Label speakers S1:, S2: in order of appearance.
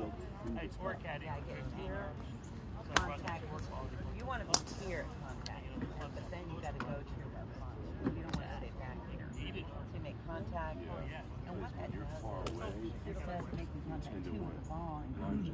S1: I work at
S2: Yeah, I get
S1: eight fifteen.
S2: here,
S1: So I run the
S2: contact,
S1: short while you
S2: you wanna be here at contact, but then you gotta go to your web phone. You don't wanna stay back here.
S1: eat it.
S2: To make contact.
S1: yeah.
S2: And what that does
S3: far
S2: is
S3: away,
S2: it says making contact
S3: into
S2: to
S3: one.
S2: the phone.